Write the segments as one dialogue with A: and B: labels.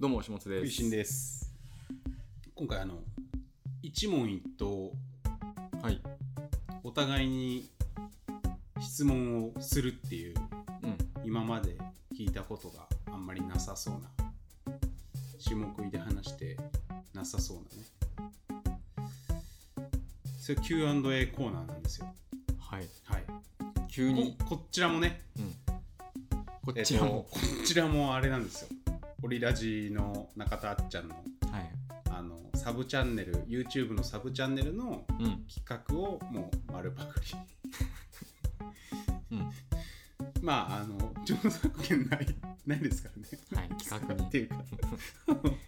A: どうも、しもつで
B: ゆい
A: す。
B: しんです今回あの一問一答
A: はい。
B: お互いに質問をするっていう
A: うん。
B: 今まで聞いたことがあんまりなさそうな下食いで話してなさそうなねそれ Q&A コーナーなんですよ
A: はい。
B: はい
A: 急に、
B: ここちらもね
A: こ
B: え
A: っ
B: っ
A: ち
B: と
A: らも。
B: こちらもあれなんですよオリラジの中田あっちゃんの
A: はい。
B: あのサブチャンネル YouTube のサブチャンネルの
A: うん。
B: 企画をもう丸パク
A: う
B: リ、
A: ん
B: まああの著作権ないないですからね
A: はい。企画
B: って
A: に。
B: いうか、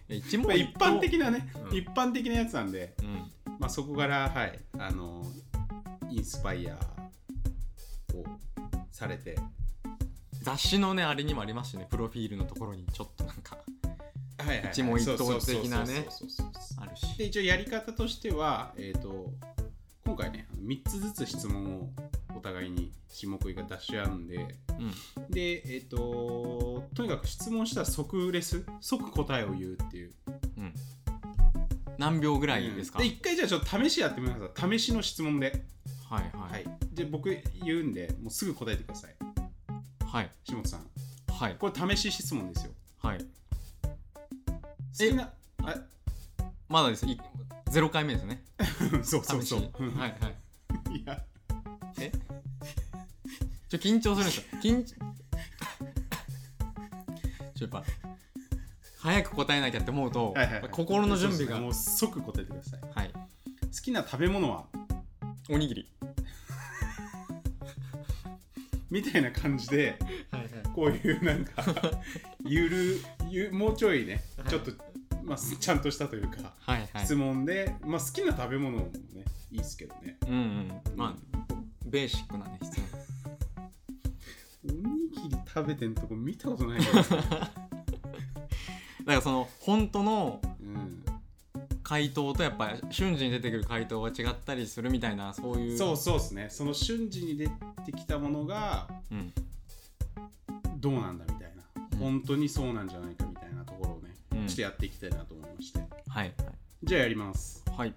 A: え一
B: まあ、
A: 問
B: 一般的なね、
A: うん
B: 一般的なやつなんで、
A: うん。
B: まあ、そこからはいあのインスパイアをされて
A: 雑誌のね、あれにもありましたね。プロフィールのところに、ちょっとなんか、
B: はいはいはい
A: 一問一答的なね
B: そうそうそうそうそう
A: あるし。
B: で一応やり方としては、えー、と今回ね3つずつ質問をお互いに下食いが出し合うんで
A: うん。
B: でえっ、ととにかく質問したら即レス即答えを言うっていう
A: うん。何秒ぐらいですか、
B: うんで1回じゃあちょっと試しやってみてください試しの質問で
A: はいは。
B: はいいで僕言うんでもうすぐ答えてください
A: はい。
B: 下本さん
A: はい。
B: これ試し質問ですよ
A: はい。
B: 好きなあ
A: まだです。い0回目ですね。
B: そうそう
A: 試し
B: そう
A: に。はいはい。
B: い、いや
A: えちょ緊張するんですよ緊ちょやっぱ早く答えなきゃって思うと、
B: はいはいはい
A: 心の準備
B: そうですね
A: が、
B: もう即答えてください好
A: はい
B: きな食べ物は
A: おにぎり
B: みたいな感じで
A: はいはい
B: こういうなん かゆるゆもうちょいね
A: はい
B: ちょっと、まあ、すちゃんとしたというか、
A: はいはい
B: 質問で、まあ、好きな食べ物もねいいですけどね
A: うんうんまあベーシックなね質問
B: おにぎり食べてんとこ見たことないから、
A: だからその本当の
B: うん、
A: 回答とやっぱ瞬時に出てくる回答が違ったりするみたいなそういう
B: そうそうですねその瞬時に出てきたものが
A: うん、
B: どうなんだみたいな、
A: うん
B: 本当にそうなんじゃないかみたいなところをね、
A: うん
B: ちょっとやっていきたいなと思いまして
A: はい
B: じゃあやります
A: はいはい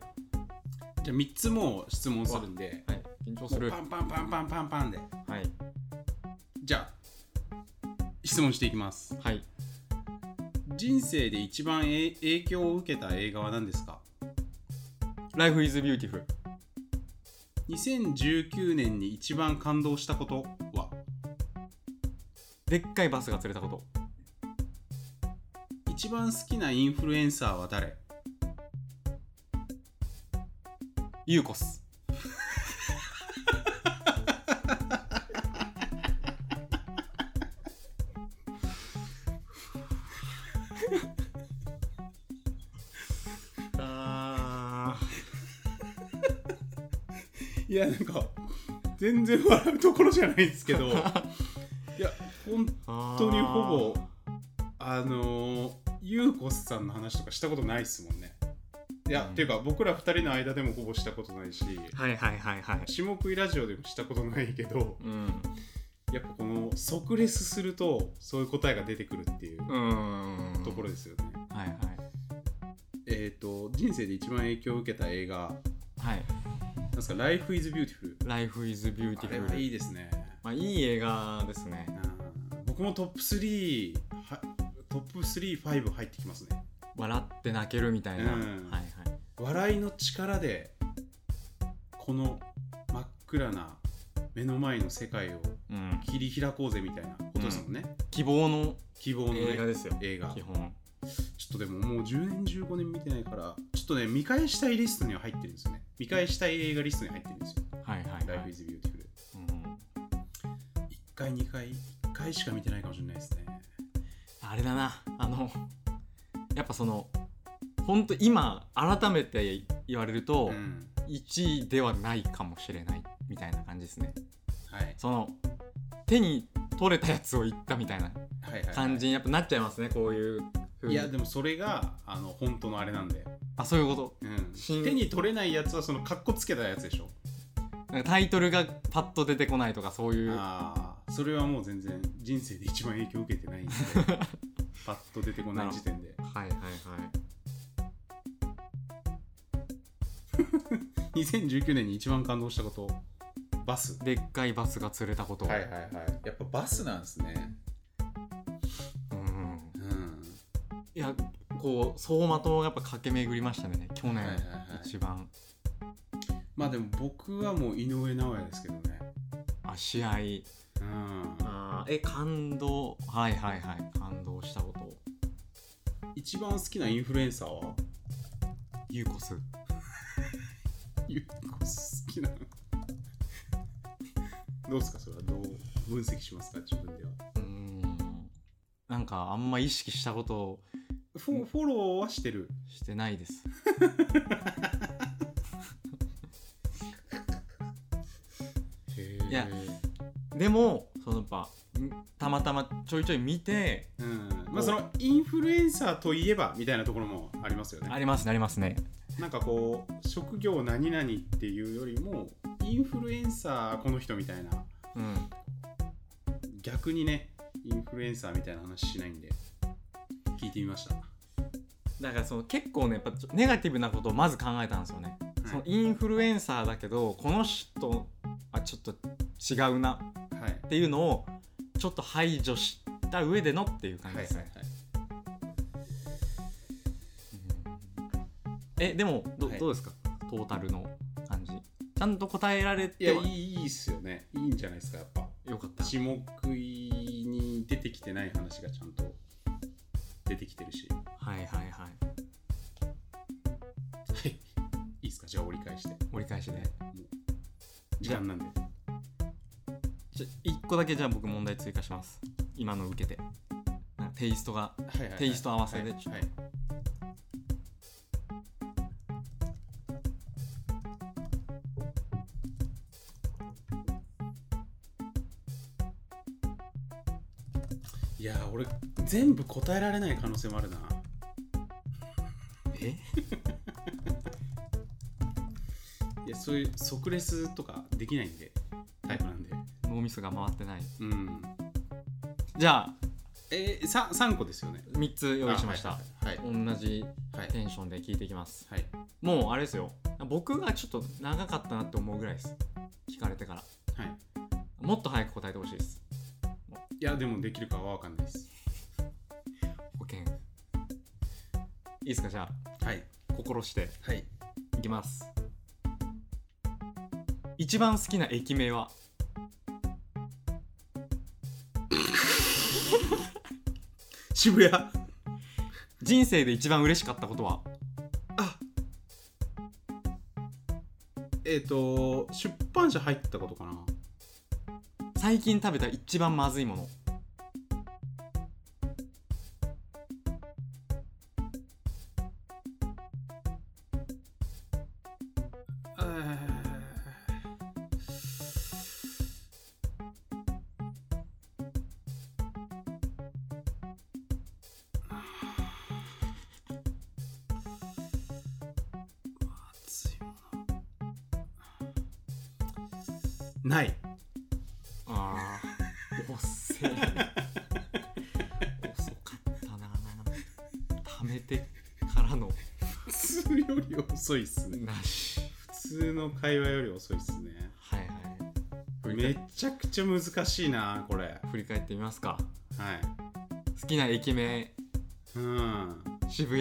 B: じゃあ3つも質問するんで
A: はい緊張
B: も
A: す
B: う
A: る
B: パンパンパンパンパンパンで
A: はい
B: じゃあ質問していきます
A: はい
B: 人生で一番え影響を受けた映画は何ですか
A: 「Life is Beautiful」
B: 2019年に一番感動したことは
A: でっかいバスが釣れたこと
B: 一番好きなインフルエンサーは誰
A: ユーコス あ
B: いやなんか全然笑うところじゃないんですけど いや本
A: 本
B: 当にほぼあのー、ゆうこすさんの話とかしたことないっすもんねいや、
A: うん
B: っていうか僕ら二人の間でもほぼしたことないし
A: はいはいはいはい
B: 下食いラジオでもしたことないけど
A: うん
B: やっぱこの即レスするとそういう答えが出てくるっていう
A: うん
B: ところ
A: で
B: ですよね、
A: はいはい
B: えっ、と人生で一番影響を受けた映画
A: はい
B: なんですか「Life is Beautiful
A: 「Life is」
B: あれはい
A: Beautiful
B: い」ですね
A: まあいい映画ですね
B: うん僕もトップ3はトップ35入ってきますね
A: 笑って泣けるみたいな、
B: うん
A: はいはい
B: 笑いの力でこの真っ暗な目の前の世界を
A: うん、
B: 切り開こうぜみたいなことですもんね、
A: 希望の
B: 希望の、ね、
A: 映画ですよ
B: 映画
A: 基本
B: ちょっとでももう10年15年見てないからちょっとね見返したいリストには入ってるんですよね見返したい映画リストに入ってるんですよ
A: はいは
B: 「
A: いはい
B: Life、is Beautiful」
A: うん
B: 1回2回1回しか見てないかもしれないですね
A: あれだなあのやっぱその本当今改めて言われると、
B: ん
A: 1位ではないかもしれないみたいな感じですね
B: はい
A: その手に取れたやつを言ったみたいな
B: はいはいはい
A: 感じにやっぱなっちゃいますねこういう風
B: い
A: に
B: やでもそれがあの本当のあれなんで、
A: あそういうこ
B: うん、
A: 新
B: 手に取れないやつはそのカッコつけたやつでしょ
A: となんかタイトルがパッと出てこないとかそういう
B: ああそれはもう全然人生で一番影響を受けてないんでパッと出てこない時点で
A: はいはいはい
B: 2019年に一番感動したことバス
A: でっかいバスが釣れたこと、
B: はいはいはいやっぱバスなんですね
A: うん
B: うん
A: いやこう走馬灯がやっぱ駆け巡りましたね去年、
B: はいはいはい
A: 一番
B: まあでも僕はもう井上尚弥ですけどね
A: あ試合
B: うん
A: あーえ感動はいはいはい感動したこと
B: 一番好きなインフルエンサーは
A: ユーコス
B: ゆうこ好きなのどうですかそれはどう分析しますか自分では
A: うんなんかあんま意識したこと
B: フォフォローはしてる
A: してないです
B: い
A: いやでもそのやっぱんたまたまちょいちょい見て
B: うんまあそのインフルエンサーといえばみたいなところもありますよね
A: ありますねありますね
B: なんかこう職業何々っていうよりもインフルエンサーこの人みたいな
A: うん
B: 逆にねインフルエンサーみたいな話しないんで聞いてみました、
A: だからその結構ねやっぱちょネガティブなことをまず考えたんですよね、そのインフルエンサーだけどこの人あちょっと違うな
B: はい
A: っていうのをちょっと排除した上でのっていう感じですね、えでもど,、
B: はい
A: どうですかトータルの感じちゃんと答えられ
B: い
A: て
B: や
A: はい
B: いいっすよねいいんじゃないですかやっぱ
A: よかった
B: 下食いに出てきてない話がちゃんと出てきてるしは
A: はいはいはい
B: いいいですかじゃあ折り返して
A: 折り返しで
B: 時間なんで
A: ちょ一個だけじゃあ僕問題追加します今の受けてなんかテイストが
B: はいはいはい
A: テイスト合わせで
B: はい
A: ちょっ
B: はいいやー俺全部答えられない可能性もあるな
A: え
B: いやそういう即レスとかできないんでタイプなんで
A: 脳みそが回ってない
B: うん
A: じゃあ
B: えー、さ3個ですよね
A: 3つ用意しました、
B: あはいはい
A: 同じ
B: はい
A: テンションで聞いていきます
B: はい
A: もうあれですよ僕がちょっと長かったなって思うぐらいです聞かれてから
B: はい
A: もっと早く答えてほしいです
B: いやでもできるかは分かんないです
A: 保険いいですかじゃ
B: はい
A: あ心して
B: はい
A: いきます一番好きな駅名は
B: 渋谷
A: 人生で一番嬉しかったことは
B: あえっ、と出版社入ったことかな
A: 最近食べた一番まずいもの
B: 熱いものない
A: あーおっ せえ遅かったな貯めてからの
B: 普通より遅いっすね
A: なし
B: 普通の会話より遅いっすね
A: はいはい振り
B: め
A: 返
B: ちゃくちゃ難しいなこれはい
A: 振り返ってみますか好きな駅名
B: うん
A: 渋谷、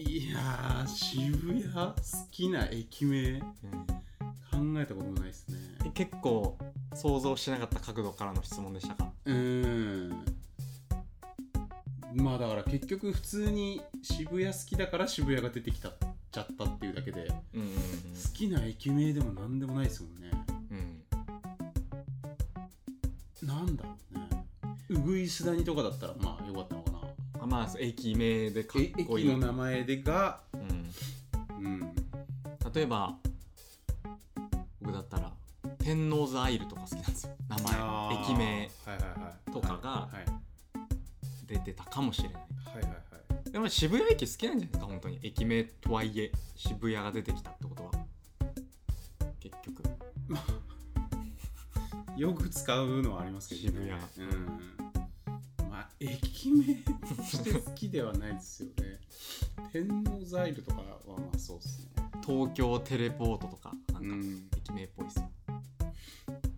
B: いやー渋谷好きな駅名考えたこともないですね
A: え結構想像してなかった角度からの質問でしたか
B: うーんまあだから結局普通に渋谷好きだから渋谷が出てきたちゃったっていうだけで好
A: うんうん
B: きな駅名でも何でもないですもんね
A: うん、うん、
B: なんだろうねうぐいす谷とかだったらまあよかったのかな
A: あまあそう駅名でか
B: え
A: っこい
B: 駅
A: い、
B: の
A: うん、
B: 名前でがうん
A: 例えば僕だったら天王洲アイルとか好きなんですよ名
B: あー
A: 前駅名
B: はいはいはい
A: とかが
B: はい
A: 出てたかもしれない
B: はいはいはいはい
A: でも渋谷駅好きなんじゃないですか本当に駅名とはいえ渋谷が出てきたってことは結局
B: よく使うのはありますけど
A: 渋
B: ね。
A: 谷
B: うん。ままあ駅名として好きではないですよ ね天王ザイルとかはまあそうっすね
A: 東京テレポートとかなん
B: う
A: か
B: ん、
A: 駅名っぽいっすよ、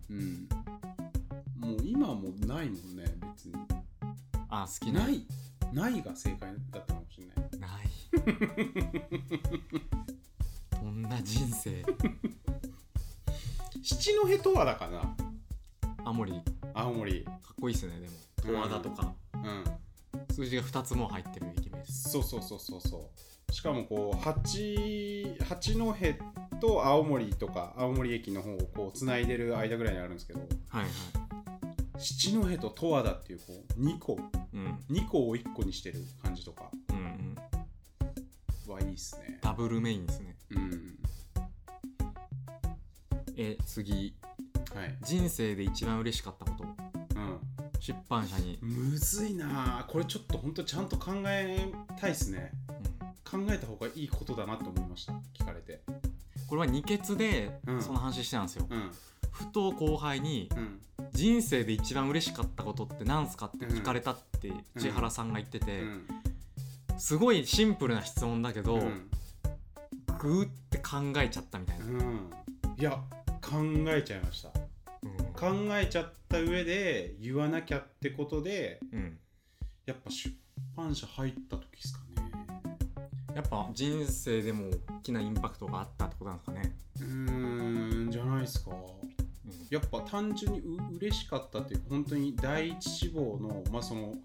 B: うん、もう今はもうないもんね別に
A: あ好きな
B: ないないが正解だったかもしれない
A: ない どんな人生
B: 七戸十和だかな
A: 青森か
B: 青森
A: っこいいっすねでも十和田とか、
B: うん
A: 数字が2つも入ってる駅名です
B: そうそうそうそうそうしかもこう八八戸と青森とか青森駅の方をこうつないでる間ぐらいにあるんですけど
A: はいはい
B: 七戸と十和田っていうこう2個
A: うん
B: 2個を1個にしてる感じとか
A: うんうん
B: はいいっすね
A: ダブルメインですね
B: うん
A: え次
B: はい
A: 人生で一番嬉しかったこと
B: うん
A: 出版社に、
B: むずいなあこれちょっとほんとちゃんと考えたいっすね
A: うん
B: 考えた方がいいことだなって思いました聞かれて
A: これは二欠で
B: うん
A: その話してたんですよ、
B: うん
A: ふと後輩に
B: うん
A: 「人生で一番嬉しかったことって何すか?」って聞かれたって千原さんが言って
B: う
A: て、
B: ん
A: すごいシンプルな質問だけど、
B: うん
A: グーって考えちゃったみたいな、
B: うんいや考えちゃいました
A: うん
B: 考えちゃった上で言わなきゃってことで
A: うん
B: やっぱ出版社入った時ですかね
A: やっぱ人生でも大きなインパクトがあったってことなんですかね、
B: うーんじゃないですか
A: うん
B: やっぱ単純にう嬉しかったっていうか本当に第一志望のまあその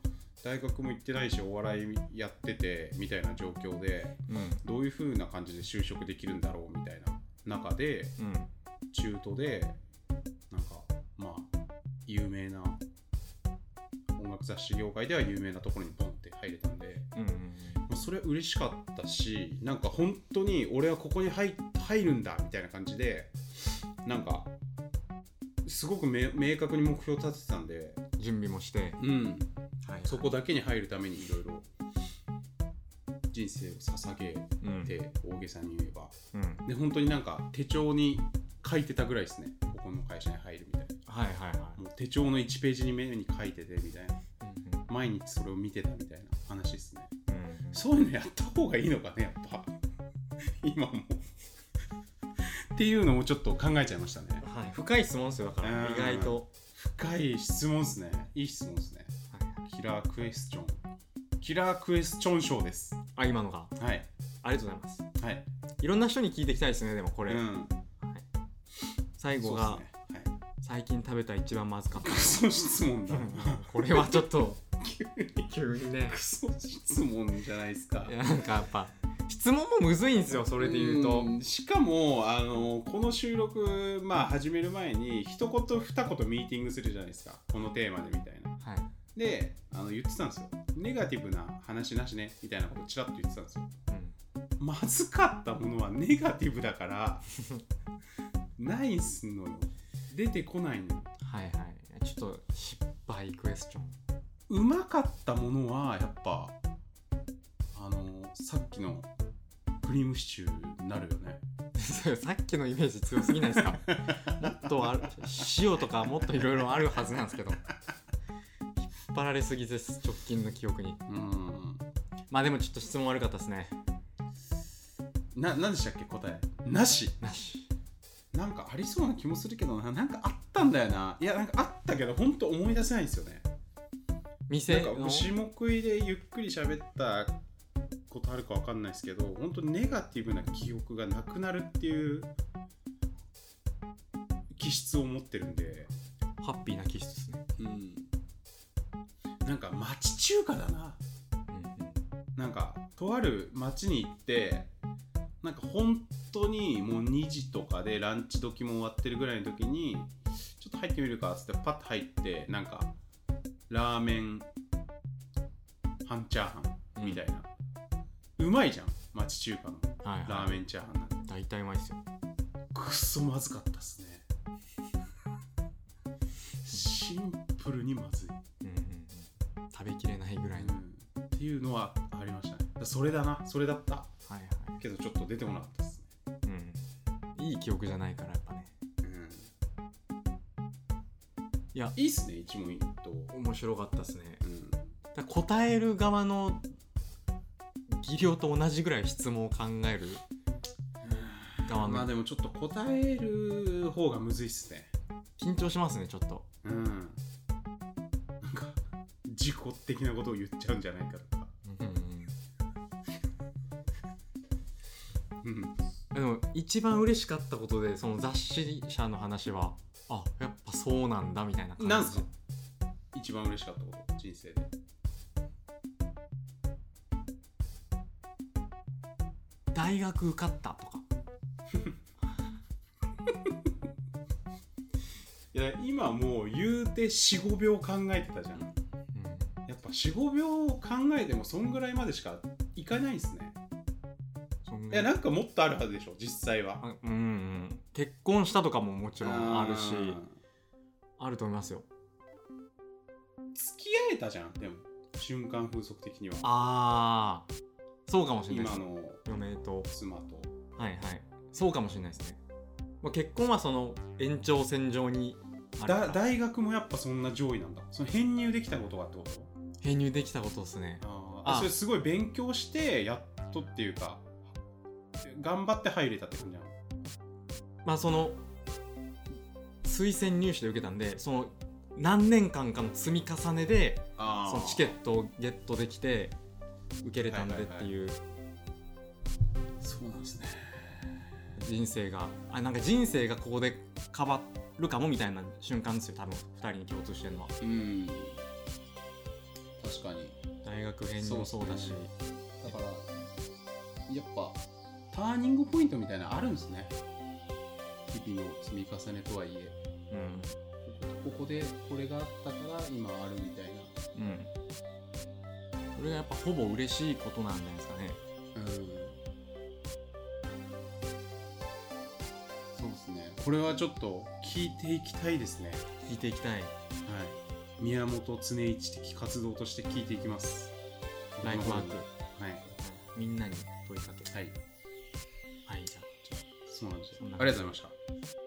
B: 大学も行ってないしお笑いやっててみたいな状況で
A: うん
B: どういう風な感じで就職できるんだろうみたいな中で
A: うん、
B: 中途でなんかまあ有名な音楽雑誌業界では有名なところにポンって入れたんで、
A: うんうん
B: まあ、それは嬉しかったしなんか本当に俺はここに入入るんだみたいな感じでなんかすごくめ明確に目標立ててたんで、
A: うん、準備もして、
B: うん、
A: はい
B: そこだけに入るためにいろいろ人生を捧げ
A: うん
B: て大げさに言えば
A: うん、
B: で本当になんか手帳に書いてたぐらいですねここの会社に入るみたいな。
A: はいはいは、
B: もう手帳の1ページに目に書いててみたいない
A: うん
B: 毎日それを見てたみたいな話ですね
A: うんうん
B: そういうのやった方がいいのかねやっぱ今もっていうのもちょっと考えちゃいましたね
A: はい、深い質問ですよだから
B: うん
A: 意外と、
B: 深い質問ですねいい質問ですねキラークエスチョンキラークエスチョン賞です
A: あ今のが
B: はい
A: ありがとうございます
B: はい
A: いろんな人に聞いていきたいですねでもこ
B: う
A: れ、
B: ん
A: 最後
B: そう
A: が、
B: ですねはい
A: 最近食べた一番まずかっ
B: クソ質問だ
A: た これはちょっと
B: 急に
A: 急にね
B: クソ質問じゃないですか
A: いやなんかやっぱ質問もむずいんですよそれで言うと
B: んしかもあのこの収録、まあ、始める前に一言二言ミーティングするじゃないですかこのテーマでみたいな
A: はい
B: であの言ってたんですよネガティブな話なしねみたいなことちらっと言ってたんですよ
A: うん
B: まずかったものはネガティブだからないっすのよ出てこないのよ
A: はいはいちょっと失敗クエスチョン
B: うまかったものはやっぱあのさっきのクリームシチューになるよね
A: それさっきのイメージ強すぎないですか もっとある塩とかもっといろいろあるはずなんですけど引っ張られすぎです直近の記憶に
B: うん
A: まあでもちょっと質問悪かったですね
B: な何でしたっけ答えなし
A: なし
B: なんかありそうな気もするけどななんかあったんだよないやなんかあったけど本当思い出せないんですよねな
A: 店
B: んか
A: の
B: 下食いでゆっくり喋ったことあるかわかんないですけど本当ネガティブな記憶がなくなるっていう気質を持ってるんで
A: ハッピーな気質ですね、
B: うんなんか町中華だななんかとある町に行ってなんか本当にもう2時とかでランチ時も終わってるぐらいの時にちょっと入ってみるかっつってパッと入ってなんかラーメン半チャーハンみたいな、うまいじゃん町中華の
A: はいはい
B: ラーメンチャーハンなんて
A: 大体うまいですよ
B: くっそまずかったっすねシンプルにまずい、
A: うんうんうん食べきれないぐらいの、
B: うんっていうのはありましたねだそれだなそれだった
A: はいはい
B: けどちょっと出てこなかったっすね
A: うんいい記憶じゃないからやっぱね
B: うん
A: いや
B: いいっすね一問一答、
A: 面白かったですね
B: うん、
A: なんか答える側の技量と同じぐらい質問を考える側
B: まあ
A: の
B: でもちょっと答える方がむずいっすね
A: 緊張しますねちょっと
B: うんなんか事故的なことを言っちゃうんじゃないかとか
A: うんうんうん
B: うん
A: でも一番嬉しかったことでその雑誌社の話はあやっぱそうなんだみたいな感じ
B: なんすか一番嬉しかったこと人生で
A: 大学受かったとか
B: いや今もう言うて45秒考えてたじゃん
A: うん
B: やっぱ45秒考えてもそんぐらいまでしかいかないんすね
A: そん
B: いやなんかもっとあるはずでしょ実際は
A: あうんうん結婚したとかももちろんあるし
B: うん
A: あると思いますよ
B: 付き合えたじゃんでも瞬間風速的には
A: ああそうかもしれないで
B: 今
A: す
B: の
A: 嫁と
B: 妻と
A: はいはいそうかもしれないですね、まあ、結婚はその延長線上にあるか
B: だ
A: ら
B: 大学もやっぱそんな上位なんだその編入できたことがってこと
A: 編入できたことですね
B: あ
A: あ
B: あそれすごい勉強してやっとっていうか頑張って入れたって感じなの
A: まあその推薦入試で受けたんでその何年間かの積み重ねで
B: あ
A: そのチケットをゲットできて受けれたんでっていう
B: そうなんですね
A: 人生があなんか人生がここで変わるかもみたいな瞬間ですよ多分2人に共通してるのは
B: うん確かに
A: 大学編入もそうだし
B: そうだからやっぱターニングポイントみたいなのあるんですね日々の積み重ねとはいえここでこれがあったから今あるみたい
A: うんうんそれがやっぱほぼ嬉しいことなんじゃないですかね
B: なうんそうですねこれはちょっと聞いていきたいですね
A: 聞いていきたい
B: はい宮本常一的活動として聞いていきます
A: ライフワーク
B: はい
A: みんなに問いかけ
B: はい
A: はいじゃあ
B: そうなんですよ
A: そんな
B: ありがとうございました